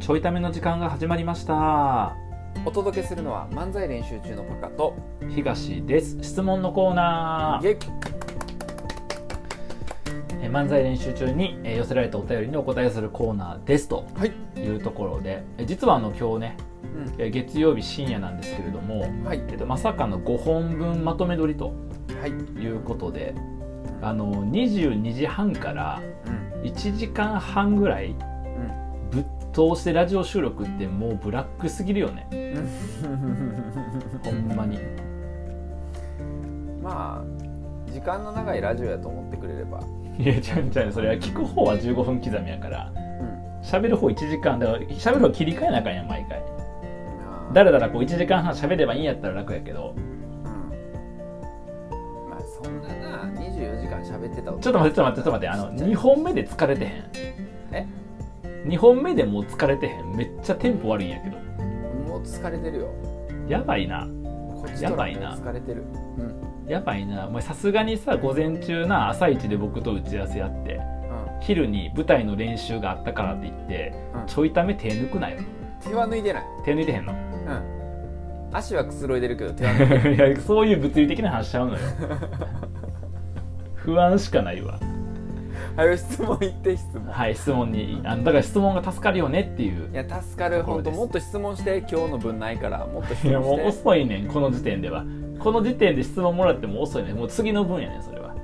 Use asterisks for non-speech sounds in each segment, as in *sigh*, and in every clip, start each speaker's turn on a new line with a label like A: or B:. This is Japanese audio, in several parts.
A: ちょいための時間が始まりました
B: お届けするのは漫才練習中のパカと
A: 東です質問のコーナ
B: イ
A: ー
B: ェイ
A: え漫才練習中にえ寄せられたお便りにお答えするコーナーですと
B: はい
A: いうところでえ実はあの今日ねえ月曜日深夜なんですけれども、
B: うんはい
A: えっと、まさかの5本分まとめ撮りと
B: はい
A: いうことであの22時半から
B: うん *laughs*
A: 1時間半ぐらい
B: うん
A: ぶっ通してラジオ収録ってもうブラックすぎるよねほんまに
B: まあ時間の長いラジオやと思ってくれれば
A: いや違う違うそれは聞く方は15分刻みやから
B: うん
A: 喋る方1時間だから喋る方切り替えなあかんやん毎回
B: あー
A: だらだらこう1時間半喋ればいいんやったら楽やけど
B: うんまあそんなな24時間喋ってた
A: ちょっと待ってちょっと待ってちょっと待ってあの2本目で疲れてへん
B: え
A: 2本目でもう疲れてへんめっちゃテンポ悪いんやけど
B: もう疲れてるよ
A: やばいな
B: こっち
A: や
B: とらもう
A: ばいな
B: 疲れてるうん
A: やばいなお前さすがにさ午前中な朝一で僕と打ち合わせやって
B: うん
A: 昼に舞台の練習があったからって言って、
B: うん
A: ちょいため手抜くなよ
B: 手は抜いてない
A: 手抜いてへんの *laughs*
B: うん足はくつろいでるけど手は抜いてない
A: いやそういう物理的な話しちゃ
B: *laughs*
A: うのよ不安しかないわ
B: はい質問言って質問
A: はい質問にあのだから質問が助かるよねっていう
B: いや助かる
A: ところ
B: 本
A: で
B: 当
A: す
B: もっと質問して今日の分ないからもっと質
A: いやもう
B: 問して
A: 遅いねんこの時点ではこの時点で質問もらっても遅いねんもう次の分やねんそれは、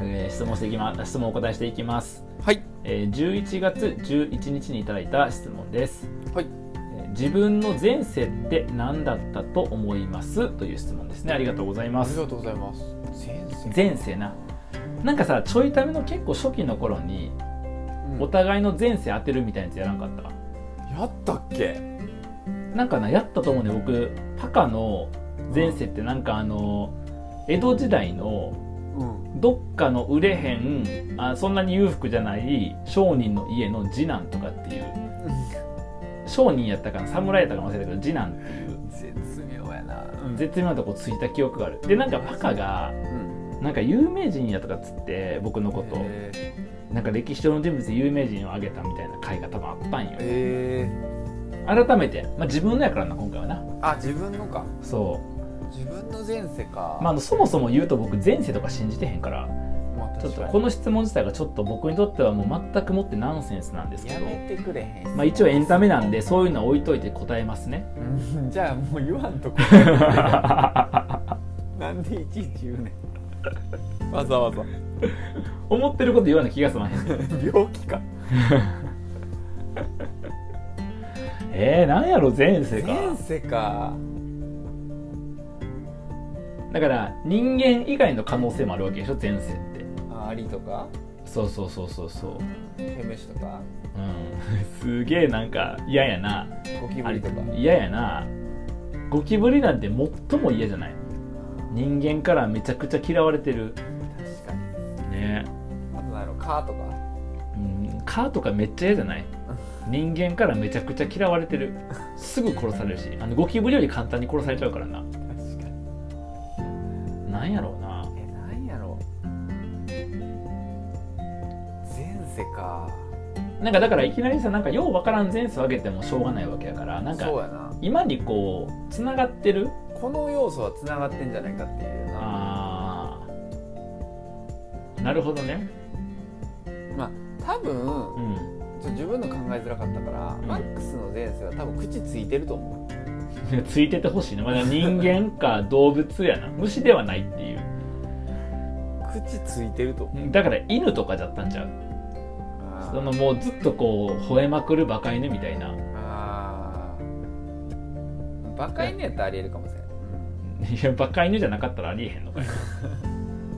A: えー質問していきます質問お答えしていきます、
B: はい
A: えー11月11日にいただいた質問です、
B: はい
A: えー自分の前世って何だったと思いますという質問ですねありがとうござい
B: あ
A: ます
B: とうございます先
A: 前世ななんかさちょいための結構初期の頃にお互いの前世当てるみたいなやつやらんかった
B: やったっけ
A: なんかなやったと思うね僕パカの前世ってなんかあの江戸時代の
B: うん
A: どっかの売れへんあそんなに裕福じゃない商人の家の次男とかっていう商人やったかな侍やったかも忘れたけど次男っていう
B: 絶妙やな
A: 絶妙なとこついた記憶があるでなんかパカが
B: うん
A: なんか有名人やとかっつって僕のこと
B: え
A: なんか歴史上の人物で有名人を挙げたみたいな回が多分あったんよ
B: ーえ
A: 改めて、まあ、自分のやからな今回はな
B: ーあ自分のか
A: そう
B: 自分の前世か
A: まあ、あのそもそも言うと僕前世とか信じてへんから
B: まあ
A: ちょっ
B: 確
A: と
B: かに
A: この質問自体がちょっと僕にとってはもう全くもってナンセンスなんですけ
B: や
A: ど、
B: めてくれへん
A: まあ、一応エンタメなんでそういうのは置いといて答えますね
B: うんじゃあもう言わんと *laughs* こなんでいちいち言うねんわざわざ
A: 思ってること言わない気がすまへん
B: 病気か
A: *laughs* えー、何やろ前世か
B: 前世か
A: だから人間以外の可能性もあるわけでしょ前世って
B: あアリとか
A: そうそうそうそうそう
B: ヘムシとか
A: うん *laughs* すげえなんか嫌やな
B: ゴキ
A: あ
B: ブ
A: れ
B: リとか
A: 嫌やなゴキブリなんて最も嫌じゃない人間からめちゃくちゃ嫌われてる
B: 確かに
A: ね
B: あと何やろカーとか
A: うん蚊とかめっちゃ嫌じゃない人間からめちゃくちゃ嫌われてるすぐ殺されるしあのゴキブリより簡単に殺されちゃうからな
B: 確かに
A: なんやろうな
B: え何やろ前世か
A: なんかだからいきなりさなんかようわからん前世を挙げてもしょうがないわけやからなん
B: そう
A: か
B: やな
A: 今にこうつながってる
B: この要素はつながってんじゃないかっていうな
A: あーなるほどね
B: まあ多
A: う
B: 分
A: ん
B: ちょ自分の考えづらかったから、
A: ん
B: マックスの前世は多分口ついてると思
A: ついててほしいな、まあ、人間か動物や
B: *laughs*
A: な虫ではないっていう
B: う口ついてると思う
A: だから犬とかだったんちゃう
B: あ
A: そ
B: ー
A: のもうずっとこう吠えまくるバカ犬みたいな
B: あーバカ犬やったらありえるかもしれない、
A: *laughs* いやバカ犬じゃなかったらありえへんのかい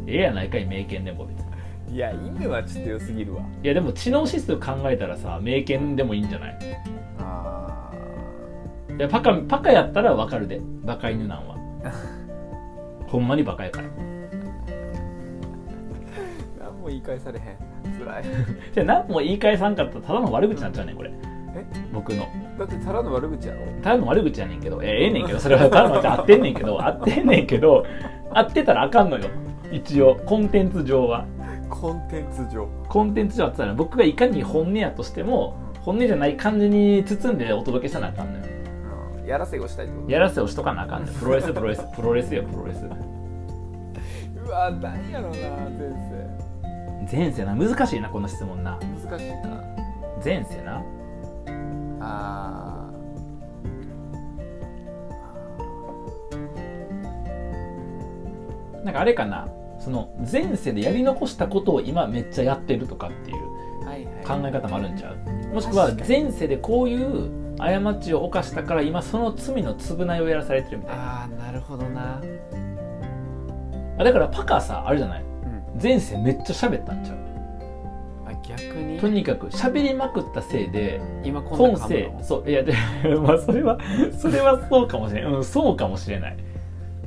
A: ええやないかい名犬でも別に
B: うんいや犬はちょっと良すぎるわ
A: いやでも知能指数考えたらさ名犬でもいいんじゃない
B: あ
A: いやパカパカやったらわかるでバカ犬なんはほんまにバカやから *laughs*
B: ー何も言い返されへん辛い
A: じゃあ何も言い返さんかったらただの悪口になっちゃうねんこれ
B: え
A: 僕の
B: だってただの悪口やろ
A: ただの悪口やねんけど、いやええねんけど、それはただの悪口合ってんねんけど、合ってんねんけど、合ってたらあかんのよ。一応、コンテンツ上は。
B: コンテンツ上
A: コンテンツ上は合ってたら、僕がいかに本音やとしても、本音じゃない感じに包んでお届けしたなあかんのよ
B: うんやらせをしたいってこと
A: やらせをしとかなあかんのよプロレスプロレスプロレスよプロレス
B: うわ何やろうな先
A: 前世な難しいなこの質問な
B: 生難しいな
A: 前世な
B: あ
A: なんかあれかなその前世でやり残したことを今めっちゃやってるとかっていう
B: ーはいはい
A: 考え方もあるんちゃうもしくは
B: 確かに
A: 前世でこういう過ちを犯したから今その罪の償いをやらされてるみたいな
B: ああなるほどな
A: あだからパカさあれじゃない
B: うん
A: 前世めっちゃ喋ったんちゃう
B: あ逆
A: と
B: に
A: にかく喋りまくったせいで
B: 今こん
A: 今
B: な
A: 世
B: の
A: そういやで *laughs* まあそれはそれはそうかもしれない、うん、そうかもしれない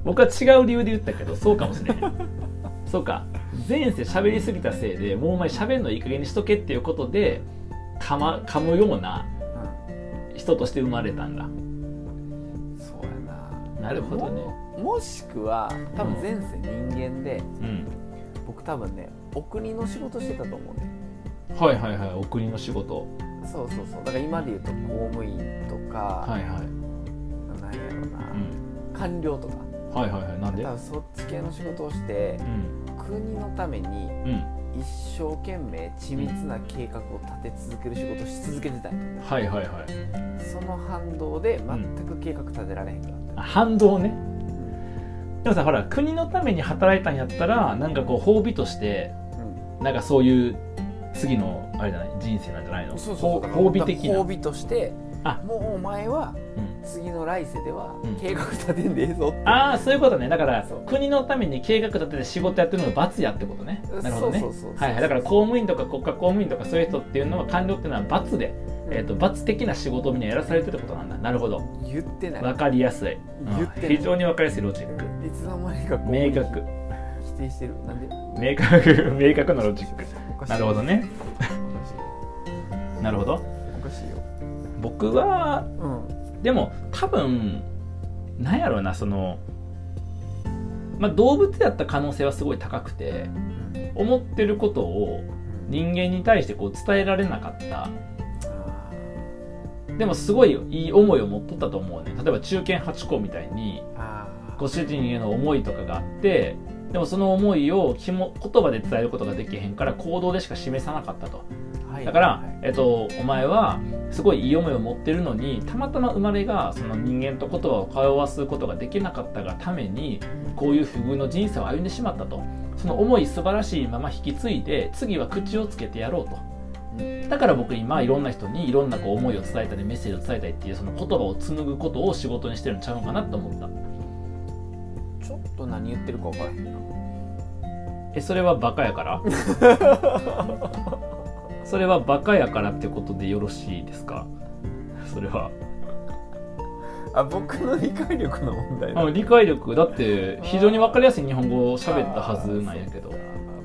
A: 僕は違う理由で言ったけどそうかもしれない *laughs* そうか前世喋りすぎたせいでもうお前喋るのいい加減にしとけっていうことでかま噛むような人として生まれたんだ
B: うんそうやな
A: なるほどね
B: ももしくは多分前世人間で、
A: うん
B: 僕多分ねお国の仕事してたと思うね
A: はいはいはいお国の仕事
B: そうそうそうだから今で言うと公務員とか、
A: はいはい、
B: なんやろな、
A: うん、
B: 官僚とか
A: はいはいはいなんで
B: 多分そっち系の仕事をして
A: うん
B: 国のために
A: うん
B: 一生懸命緻密な計画を立て続ける仕事をし続けてたんよ
A: はいはいはい
B: その反動で全く計画立てられへんかっ
A: あ反動ねでもさほら国のために働いたんやったらなんかこう褒美として
B: た、うん
A: なんかそういう次のあれじゃない人生なんじゃないの
B: そうそうそうだから
A: 褒美的な
B: 褒美として
A: あ
B: もうお前は
A: うん
B: 次の来世では
A: うん
B: 計画立てんでええぞって、
A: ああそういうことねだから
B: そう
A: 国のために計画立てて仕事やってるのが罰やってことねなるほどね
B: そうそうそうそう
A: はいはいだから公務員とか国家公務員とかそういう人っていうのは官僚っていうのは罰で、えー、と罰的な仕事をみんなやらされてることなんだなるほど
B: 言ってない
A: わかりやすい、うん
B: 言ってない
A: 非常にわかりやすいロジック
B: いつの間にかこう
A: 明確
B: 否定してるなんで
A: 明確 *laughs* 明確なロジック
B: おかしい
A: なるほどね
B: おかしい
A: なるほど
B: おかしいよ
A: 僕は
B: うん
A: でも多分なんやろうなその、まあ、動物だった可能性はすごい高くて思ってることを人間に対してこう伝えられなかった
B: あ
A: でもすごいいい思いを持っとったと思うね例えば中堅八公みたいに
B: ーあー
A: ご主人への思いとかがあってでもその思いをきも言葉で伝えることができへんから行動でしか示さなかったと
B: はい
A: だから
B: は、い
A: えっと、お前はすごいいい思いを持ってるのにたまたま生まれがその人間と言葉を通わすことができなかったがためにこういう不遇の人生を歩んでしまったとその思い素晴らしいまま引き継いで次は口をつけてやろうと。だから僕今いろんな人にいろんなこう思いを伝えたりメッセージを伝えたりっていうその言葉を紡ぐことを仕事にしてるんちゃうのかなと思った
B: ちょっと何言ってるか分からへんな
A: えそれはバカやから
B: *laughs*
A: それはバカやからってことでよろしいですかそれは
B: あ僕の理解力の問題だ
A: うん理解力だって非常に分かりやすい日本語を喋ったはずなんやけど
B: あー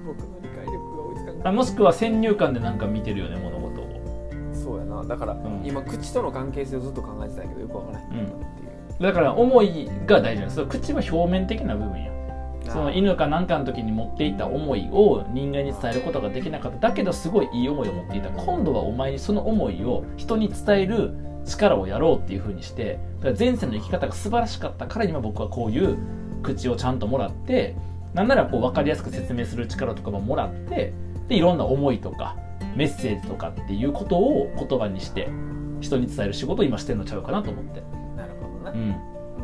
B: 僕の理解力が追いつかんか
A: あもしくは先入観でなんか見てるよね物事を
B: ったそうやなだから、
A: ん
B: 今口との関係性をずっと考えてたんやけどよく分からへんかったっていう、
A: だから思いが大事なんですその口は表面的な部分や
B: あー
A: その犬か何かの時に持っていた思いを人間に伝えることができなかっただけどすごいいい思いを持っていた今度はお前にその思いを人に伝える力をやろうっていう風にしてだから前世の生き方が素晴らしかったから今僕はこういう口をちゃんともらってなんならこう分かりやすく説明する力とかももらってでいろんな思いとかメッセージとかっていうことを言葉にして人に伝える仕事を今してんのちゃうかなと思って。
B: なるほどな、
A: うん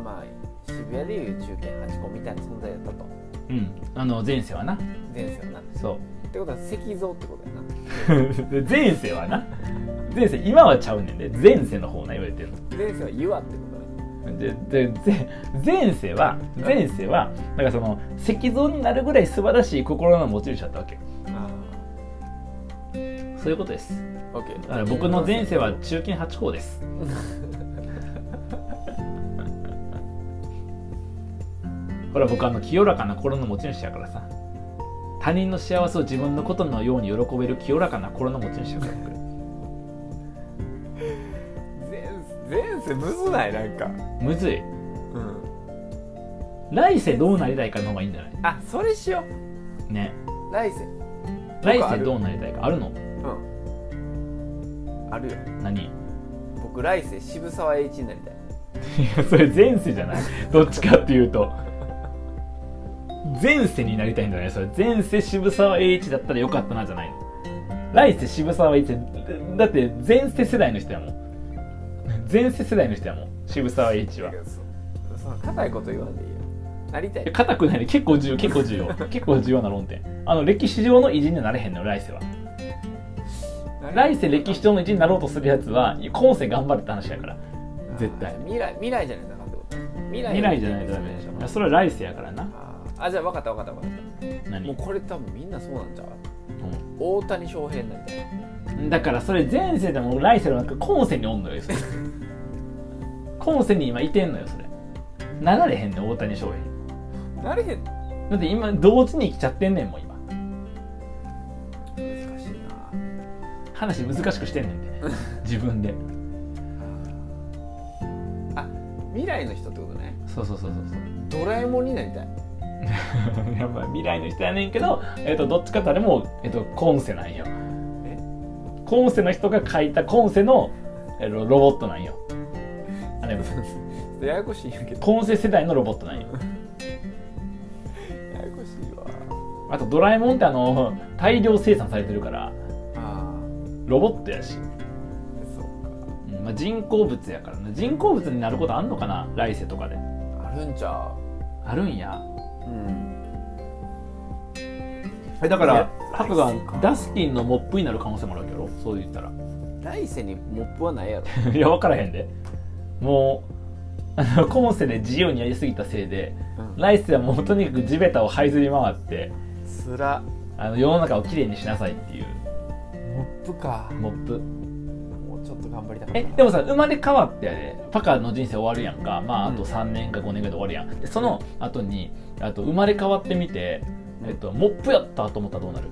B: まあ渋谷でいう中堅八公みたいな存在だったと
A: うん、あの前世はな
B: 前世はなっ
A: そう
B: てことは石像ってことやな
A: 前世はな前世今はちゃうねんで前世の方な言われてる
B: 前世は岩ってことね
A: のでで前前世は前世はなんかその石像になるぐらい素晴らしい心の持ち主だったわけ
B: あ
A: そういうことです
B: あ OK
A: だから僕の前世は中堅八方ですほら僕あの清らかな心の持ち主やからさ他人の幸せを自分のことのように喜べる清らかな心の持ち主やから僕
B: 前前世むずないなんか
A: むずい
B: うん
A: 来世どうなりたいかの方がいいんじゃない
B: あそれしよ
A: ね
B: う来世
A: 来世どうなりたいかあるの
B: うんあるよ
A: *laughs* 何い
B: 僕来世渋沢栄一になりたい
A: やそれ前世じゃない *laughs* どっちかっていうと前世になりたいんじゃないそれ前世渋沢栄一だったらよかったなじゃないの来世渋沢栄一だって前世世代の人やもん前世世代の人やもん渋沢栄一は
B: だけどそその硬いこと言わんでいいよなりたい
A: 硬くないね結構重要結構重要結構重要な論点あの歴史上の偉人にはなれへんのよ来世は来世歴史上の偉人になろうとするやつは今世頑張れって話やから絶対
B: あー未来未来じゃないとあかんってこと未
A: 未来じゃないとダメでしょそれは来世やからな
B: あーあじゃあ分かった分かった分かっ
A: 何
B: たもうこれ多分みんなそうなんちゃう大谷翔平になりたい
A: うんだからそれ前世でも来世でもなく今世におんのよそ *laughs* れ今世に今いてんのよそれなれへんねん大谷翔平
B: なれへん
A: だって今同時に生きちゃってんねんもん今
B: 難しいな
A: 話難しくしてんねん *laughs* て自分で
B: あ未来の人ってことね
A: そうそうそうそうそう
B: ドラえもんになりたい
A: *laughs* やっぱ未来の人やねんけど、えっとどっちかってあれも、えっと今世なんよ
B: え
A: 今世の人が書いた今世の、えロロボットなんよあ *laughs* れ
B: ややこしいんやけど
A: 今世世代のロボットなんよ
B: ややこしいわ
A: あとドラえもんってあの大量生産されてるから
B: あ
A: ロボットやし、
B: あそう
A: うんまあ、人工物やからな人工物になることあんのかな来世とかで
B: かあるんちゃ
A: あるんや
B: ううん
A: えだ
B: から
A: ハクがダスティンのモップになる可能性もあるわけやろそう言ったら *laughs*
B: 来世にモップはないやろ
A: いや分からへんでもうあの今世で自由にやりすぎたせいで来世はもうとにかく地べたを這いずり回って
B: つら
A: あの世の中をきれいにしなさいっていう
B: モップか
A: モップ
B: もうちょっと頑張りたかった
A: えでもさ生まれ変わってやでパカの人生終わるやんかまああと3年か5年ぐらいで終わるやんでその後にあと生まれ変わってみて、えっと、モップやったと思ったらどうなる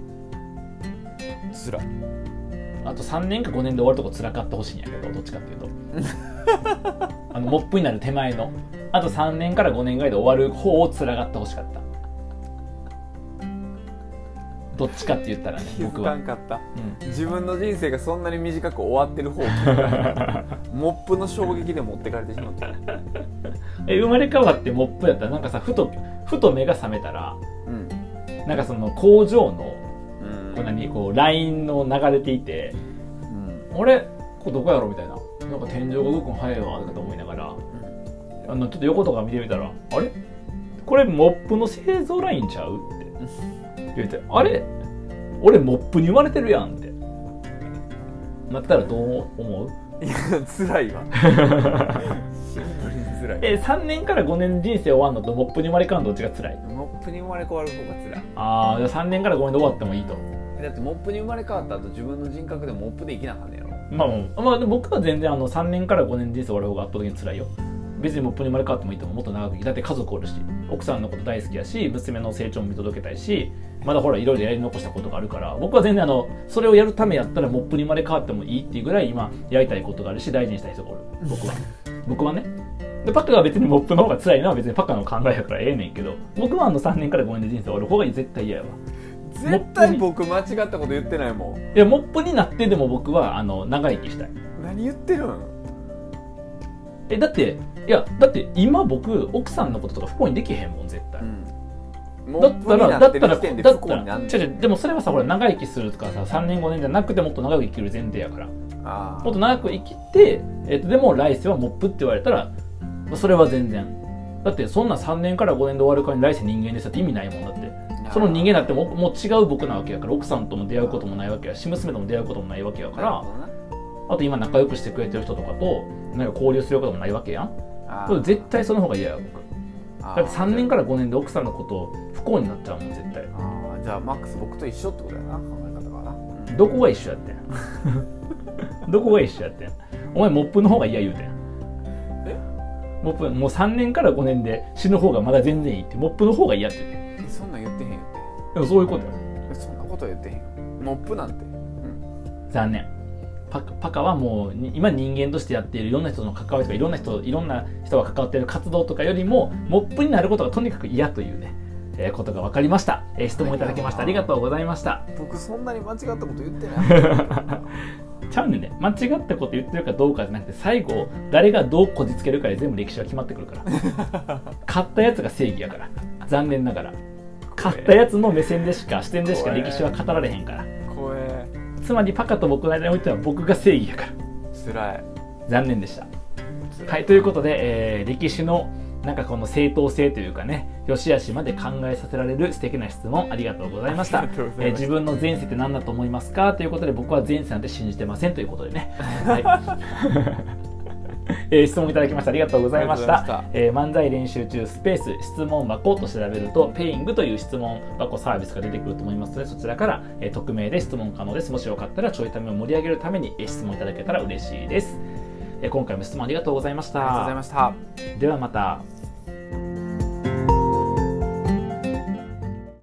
B: つら
A: あと3年か5年で終わるとこ辛かってほしいんやけどどっちかっていうとあのモップになる手前のあと3年から5年ぐらいで終わる方を辛がってほしかったどっちかって言ったらね
B: 気
A: 僕
B: づ
A: は、
B: か
A: うんん、
B: かった自分の人生がそんなに短く終わってる方を聞いたモップの衝撃で持ってかれてしまった
A: え生まれ変わってモップやったらなんかさふとふと目が覚めたら
B: うん
A: なんかその工場の
B: うん
A: こう何こうラインの流れていて
B: うん
A: あれここどこやろみたいななんか天井が動くの早いわとかと思いながらあのちょっと横とか見てみたらあれこれモップの製造ラインちゃうって言ってあれ俺モップに生まれてるやんってなったらどう思う
B: いや辛いわシンプルに辛い
A: え3年から5年人生終わんのとモップに生まれ変わんのどっちが辛い
B: モップに生まれ変わる方が辛
A: ああ3年から5年で終わってもいいと
B: いだってモップに生まれ変わった後自分の人格でモップで生きなあかんねやろ
A: まあ、まあ、でも僕は全然あの3年から5年人生終わる方が圧倒的に辛いよ別にモップに生まれ変わってもいいと思うもっと長く生きだって家族おるし奥さんのこと大好きやし娘の成長も見届けたいしまだほらいろいろやり残したことがあるから僕は全然あのそれをやるためやったらモップに生まれ変わってもいいっていうぐらい今やりたいことがあるし大事にしたい人がおる僕は僕はねでパカが別にモップの方が辛いのは別にパカの考えやからええねんけど僕はあの3年から5年で人生終わる方が絶対嫌やわ
B: 絶対僕間違ったこと言ってないもん
A: いやモップになってでも僕はあの長生きしたい
B: 何言ってるん
A: えだっていやだって今僕奥さんのこととか不幸にできへんもん絶対、
B: モ
A: だ
B: ッ
A: っ
B: プ
A: た
B: に
A: ら
B: な
A: だっ
B: って
A: たら
B: る時点で
A: だ
B: 不
A: っ
B: 幸
A: た
B: にな
A: ら
B: ん
A: 違う違うでもそれはさほら長生きするとかさ3年5年じゃなくてもっと長く生きる前提やからも
B: あ
A: っと長く生きて、えっとでも来世はモップって言われたらまあそれは全然だってそんな3年から5年で終わるからに来世人間ですって意味ないもんだって
B: あ
A: その人間だってもうもう違う僕なわけやから奥さんとも出会うこともないわけやし娘とも出会うこともないわけやか
B: なる
A: ら
B: ほどな
A: あと今仲良くしてくれてる人とかとなんか交流することもないわけやん
B: あ
A: これ絶対その方が嫌や僕
B: あ
A: だって3年から5年で奥さんのこと不幸になっちゃうもん絶対
B: あーじゃあマックス僕と一緒ってことやな考え方がな、うん
A: どこが一緒やってん *laughs* どこが一緒やってんお前モップの方が嫌言うてん
B: え
A: モップもう3年から5年で死ぬ方がまだ全然いいってモップの方が嫌って言って
B: えそんなん言ってへん言って
A: んでもそういうことよ
B: えそんなこと言ってへんよモップなんて、うん、
A: 残念パカパカはもうに今人間としてやっているいろんな人との関わりとかいろんな人いろんな人が関わっている活動とかよりもモップになることがとにかく嫌というね、ええーことが分かりました、えー質問いただきましたありがとうございました
B: 僕そんなに間違ったこと言って
A: *laughs*
B: ない
A: ちゃうねんね間違ったこと言ってるかどうかじゃなくて最後誰がどうこじつけるかで全部歴史は決まってくるから勝ったやつが正義やから残念ながら勝ったやつの目線でしか視点でしか歴史は語られへんから
B: 怖え
A: つまりパカと僕の間においては僕が正義やから
B: つらい
A: 残念でしたはいということで、えー歴史のなんかこの正当性というかね良し悪しまで考えさせられる素敵な質問ありがとうございました
B: ありがとうござ
A: えー
B: いました
A: 自分の前世って何だと思いますかということで僕は前世なんて信じてませんということで *laughs* ね、はいえー質問いただきましたありがとうございました
B: ありがとうございま
A: えー漫才練習中スペース質問箱と調べるとペイングという質問箱サービスが出てくると思いますのでそちらから、えー匿名で質問可能ですもしよかったらちょいためを盛り上げるために、えー質問いただけたら嬉しいですえー今回も質問ありがとうございまし
B: ありがとうござい
A: た
B: ました
A: ではまた